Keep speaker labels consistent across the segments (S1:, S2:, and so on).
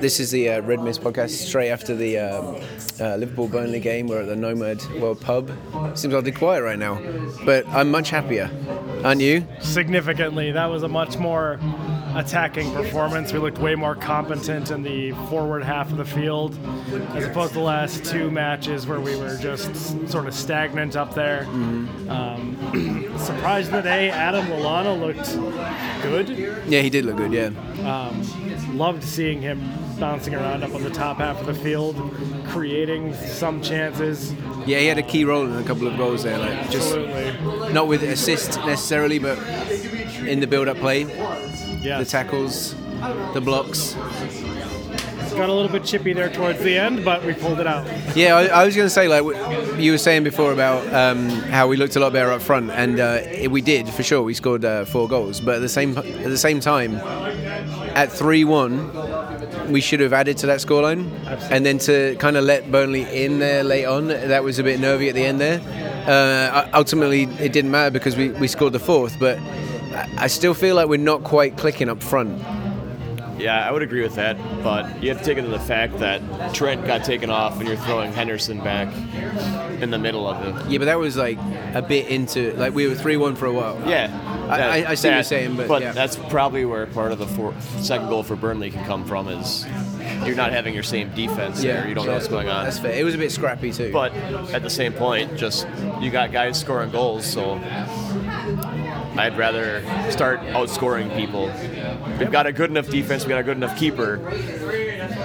S1: This is the uh, Red Mist podcast straight after the um, uh, Liverpool Burnley game. We're at the Nomad World Pub. Seems oddly quiet right now, but I'm much happier. Aren't you?
S2: significantly. That was a much more attacking performance. We looked way more competent in the forward half of the field as opposed to the last two matches where we were just s- sort of stagnant up there.
S3: Mm-hmm.
S2: Um, surprised today, Adam Lallana looked good.
S1: Yeah, he did look good, yeah.
S2: Loved seeing him bouncing around up on the top half of the field, creating some chances.
S1: Yeah, he had a key role in a couple of goals there. Like just
S2: Absolutely.
S1: not with assist necessarily, but in the build-up play, the
S2: Yes.
S1: tackles, the blocks.
S2: Got a little bit chippy there towards the end, but we pulled it out.
S1: Yeah, I, I was going to say like w- you were saying before about um, how we looked a lot better up front, and uh, it- we did for sure. We scored uh, four goals, but at the same at the same time, at three one, we should have added to that scoreline, and then to kind of let Burnley in there late on. That was a bit nervy at the end there. Uh, u- ultimately, it didn't matter because we, we scored the fourth, but I- I still feel like we're not quite clicking up front.
S3: Yeah, I would agree with that, but you have to take into the fact that Trent got taken off and you're throwing Henderson back in the middle of it.
S1: Yeah, but that was like a bit into like we were three one for a while.
S3: Yeah.
S1: I- I- I see what you're saying, but yeah.
S3: that's probably where part of the four, second goal for Burnley can come from is you're not having your same defense there. You don't know what's going on.
S1: That's fair. It was a bit scrappy too.
S3: But at the same point, just you got guys scoring goals, so I'd rather start outscoring people. We've got a good enough defense, we've got a good enough keeper.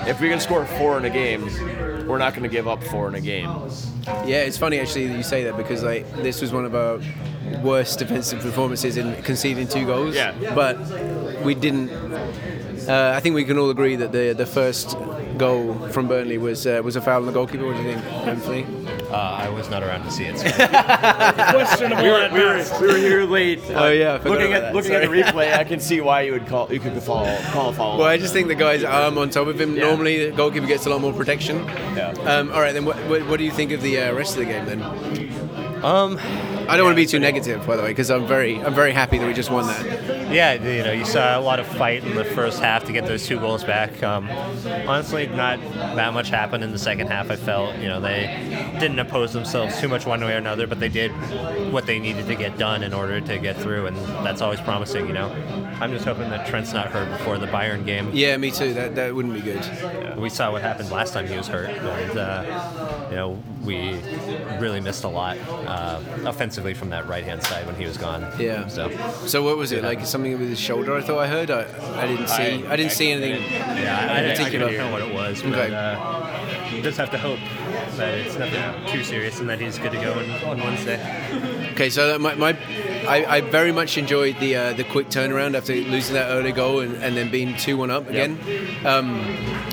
S3: If we can score four in a game, we're not going to give up four in a game.
S1: yeah, it's funny actually that you say that because like this was one of our worst defensive performances in conceding two goals.
S3: Yeah.
S1: But we didn't. Uh, I think we can all agree that the the first goal from Burnley was uh, was a foul on the goalkeeper. What do you think, Anthony?
S4: Uh, I was not around to see it. So.
S2: Questionable.
S3: We were, we were, we were here late.
S1: Oh, yeah, I forgot
S3: looking
S1: about
S3: at
S1: that,
S3: looking at the replay, I can see why you would call you could call call a foul.
S1: Well, I just think the guy's arm on top of him.
S3: Yeah.
S1: Normally, the goalkeeper gets a lot more protection.
S3: Yeah.
S1: Um, all right, then. What, what, what do you think of the uh, rest of the game then?
S4: Um,
S1: I don't want to be too negative, by the way, because I'm very I'm very happy that we just won that.
S4: yeah, you know, you saw a lot of fight in the first half to get those two goals back. Um, honestly, not that much happened in the second half. I felt, you know, they didn't oppose themselves too much one way or another, but they did what they needed to get done in order to get through, and that's always promising. You know, I'm just hoping that Trent's not hurt before the Bayern game.
S1: Yeah, me too. That that wouldn't be good.
S4: We saw what happened last time he was hurt, and uh, you know we really missed a lot uh, offensively from that right hand side when he was gone.
S1: Yeah.
S4: So
S1: So what was it like? Something with his shoulder? I thought I heard. I, I didn't see. I, didn't see anything.
S4: yeah, I, I,
S1: didn't
S4: didn't, I
S1: think about
S4: don't know what it was, but
S1: Okay.
S4: uh, you just have to hope that it's nothing too serious and that he's good to go on, on Wednesday.
S1: Okay, so that my, my I, I very much enjoyed the uh, the quick turnaround after losing that early goal and, and then being two one up again. Um,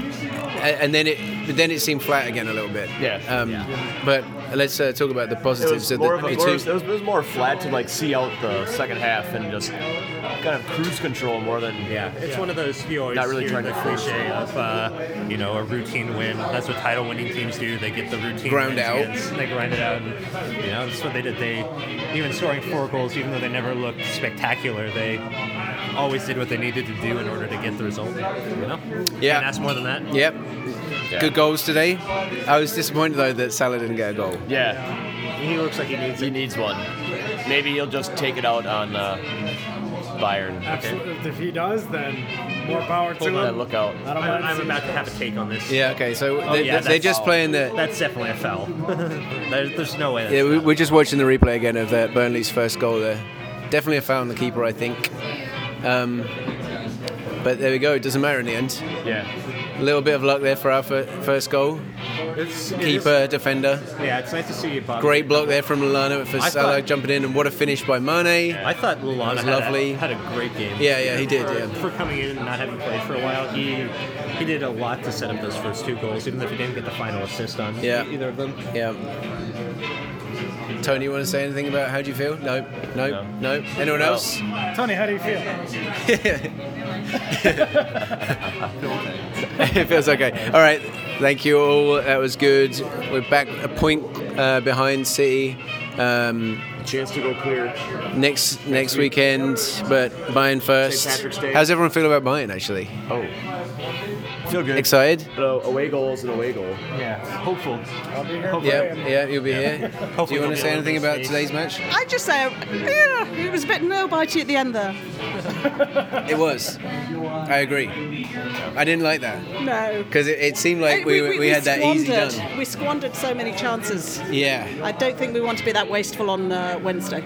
S1: a- and then it but then it seemed flat again a little bit.
S3: Yeah.
S1: Um,
S3: Yeah.
S1: But let's uh, talk about the
S3: It
S1: positives
S3: was,
S1: the,
S3: more of a,
S1: the
S3: more, it was, it was more flat to like see out the second half and just kind of cruise control more than
S4: Yeah, it's one of those you always
S3: Not really
S4: hear
S3: trying
S4: the
S3: to force
S4: cliche of uh, you know a routine win. That's what title winning teams do. They get the routine
S1: Ground
S4: wins
S1: out.
S4: against- they grind it out, and you know that's what they did. They even scoring four goals, even though they never looked spectacular, they always did what they needed to do in order to get the result. You know,
S1: Yeah.
S4: and that's more than that.
S1: Yep.
S3: Yeah.
S1: Good goals today. I was disappointed though that Salah didn't get a goal.
S3: Yeah. He looks like he needs he needs one. Maybe he'll just take it out on uh, Bayern.
S2: Absolutely. If he does, then more power to
S3: Hold
S2: him.
S3: on, look out.
S2: I don't
S4: I'm,
S2: mind
S4: I'm
S2: seeing
S4: about to have a take on this.
S1: Yeah. Okay. So
S4: Oh,
S1: they,
S4: yeah,
S1: they're
S4: that's
S1: just
S4: foul.
S1: playing the.
S4: That's definitely a foul. there, there's no way. That's
S1: Yeah, we,
S4: not.
S1: we're just watching the replay again of uh, Burnley's first goal there. Definitely a foul on the keeper, I think. Um, but there we go. It doesn't matter in the end.
S3: Yeah.
S1: A little bit of luck there for our fir- first goal.
S4: It's- it is-
S1: Keeper, defender.
S4: yeah, it's nice to see you, Bob.
S1: Great block there from Lallana for
S4: I
S1: Salah
S4: thought-
S1: jumping in, and what a finish by Mane.
S4: I thought Lallana
S1: was
S4: had, a-
S1: lovely.
S4: had a great game.
S1: Yeah, yeah, he did,
S4: For,
S1: yeah.
S4: for coming in and not having played for a while, he he did a lot to set up those first two goals, even if he didn't get the final assist on
S1: Yeah.
S4: either of them.
S1: Yeah. Tony, you want to say anything about how do you feel? No, no, no.
S4: No.
S1: Anyone
S4: No.
S1: else?
S2: Tony, how do you feel?
S1: it feels okay. All right. Thank you all. That was good. We're back a point uh, behind City. Um,
S3: chance to go clear.
S1: next next weekend, but Bayern first.
S3: St. Patrick's Day.
S1: How's everyone feel about Bayern actually?
S3: Oh, feel good.
S1: Excited?
S3: But, Oh. uh, away goals and away goal.
S4: Yeah, hopeful.
S2: I'll be here.
S1: Yeah, yeah, you'll be here. Do
S4: Hopefully
S1: you want to
S4: we'll be
S1: say
S4: able to
S1: anything
S4: get
S1: about
S4: space.
S1: today's match?
S5: I just say, yeah, it was a bit nail bitey at the end there.
S1: It was. I agree. I didn't like that
S5: No.
S1: because it, it seemed like
S5: Uh,
S1: we, we, had that easy
S5: squandered-
S1: done.
S5: We squandered so many chances.
S1: Yeah,
S5: I don't think we want to be that wasteful on uh, Wednesday.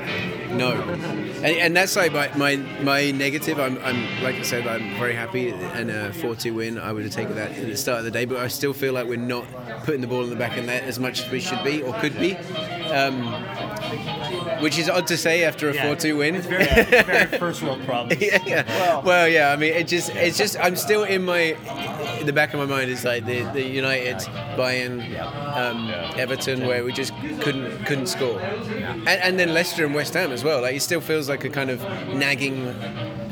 S1: no, and, and that's like my, my my negative. I'm, I'm like I said, I'm very happy and a four-two win. I would have taken that at the start of the day, but I still feel like we're not putting the ball in the back of the net as much as we should be or could be, um, which is odd to say after a four-two win.
S4: It's very, it's very first world problem.
S1: yeah, yeah. Well, yeah. I mean, it just, it's just. I'm still in my, in the back of my mind is like the, the United, Bayern, um, Everton, where we just couldn't couldn't score, and, and then Leicester and West Ham as well. Like it still feels like a kind of nagging.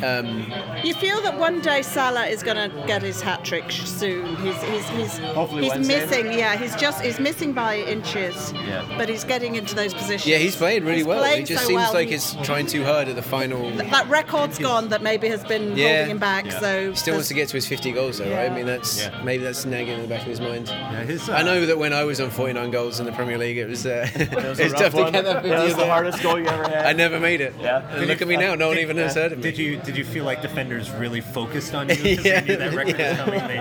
S1: Um,
S5: You feel that one day Salah is going to get his hat trick sh- soon. He's he's he's,
S3: Hopefully
S5: he's
S3: Wednesday.
S5: missing. Yeah, he's just he's missing by inches.
S3: Yeah.
S5: But he's getting into those positions.
S1: yeah, he's played really
S5: He's
S1: well.
S5: playing
S1: It just
S5: so
S1: seems
S5: well.
S1: like he's trying too hard at the final.
S5: that record's gone that maybe has been
S1: Yeah.
S5: holding him back.
S4: Yeah.
S5: So
S1: He still wants to get to his 50 goals, though, right? I mean, that's
S4: Yeah.
S1: maybe that's nagging in the back of his mind.
S4: Yeah, his, uh,
S1: I know that when I was on 49 goals in the Premier League, it was, uh,
S3: was a
S1: it's
S3: rough
S1: tough to
S3: one.
S1: get that 50.
S3: Yeah, that was
S1: in
S3: the
S1: there.
S3: hardest goal you ever had.
S1: I never made it.
S3: Yeah.
S1: And look at me now. No one even has heard of me.
S4: Did you did you feel like defenders really focused on you because
S1: Yeah,
S4: they knew that record
S1: yeah.
S4: was coming? They made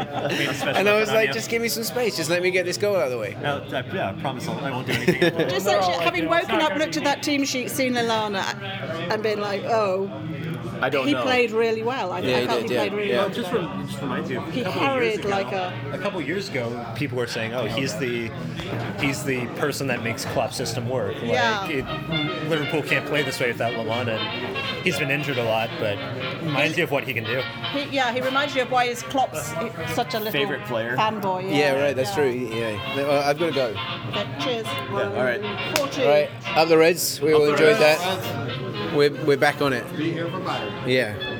S4: a special
S1: And I
S4: effort
S1: was
S4: on
S1: like,
S4: you?
S1: just give me some space. Just let me get this goal out of the way.
S4: No, I, yeah, I promise I'll, I won't do anything.
S5: Just
S2: They're
S5: actually
S2: all
S5: having
S2: like, "It's
S5: woken
S2: not
S5: up,
S2: gonna
S5: looked at
S2: be
S5: that team sheet, seen Lallana, and been like, oh,
S3: I don't
S5: he
S3: know.
S5: played really well. I,
S1: Yeah,
S5: I
S1: he
S5: thought
S1: did,
S5: he
S1: yeah,
S5: played really
S1: yeah.
S5: well.
S4: Well, just, rem- just remind you. a
S5: He
S4: couple of years
S5: carried
S4: ago-
S5: like a-
S4: A couple of years ago, people were saying, "Oh, he's the, he's the person that makes Klopp's system work." Like,
S5: Yeah.
S4: it, Liverpool can't play this way without Lallana. and He's been injured a lot, but reminds you of what he can do.
S5: He, yeah, he reminds you of why is Klopp's such a little
S3: Favourite player.
S5: fanboy. Yeah,
S1: Yeah, right. That's
S5: yeah.
S1: true. Yeah. Well, I've got to go.
S5: Okay, cheers.
S3: Yeah, all right.
S5: Four two.
S1: Right. Up the Reds. We all enjoyed that. We're, we're back on it. Yeah.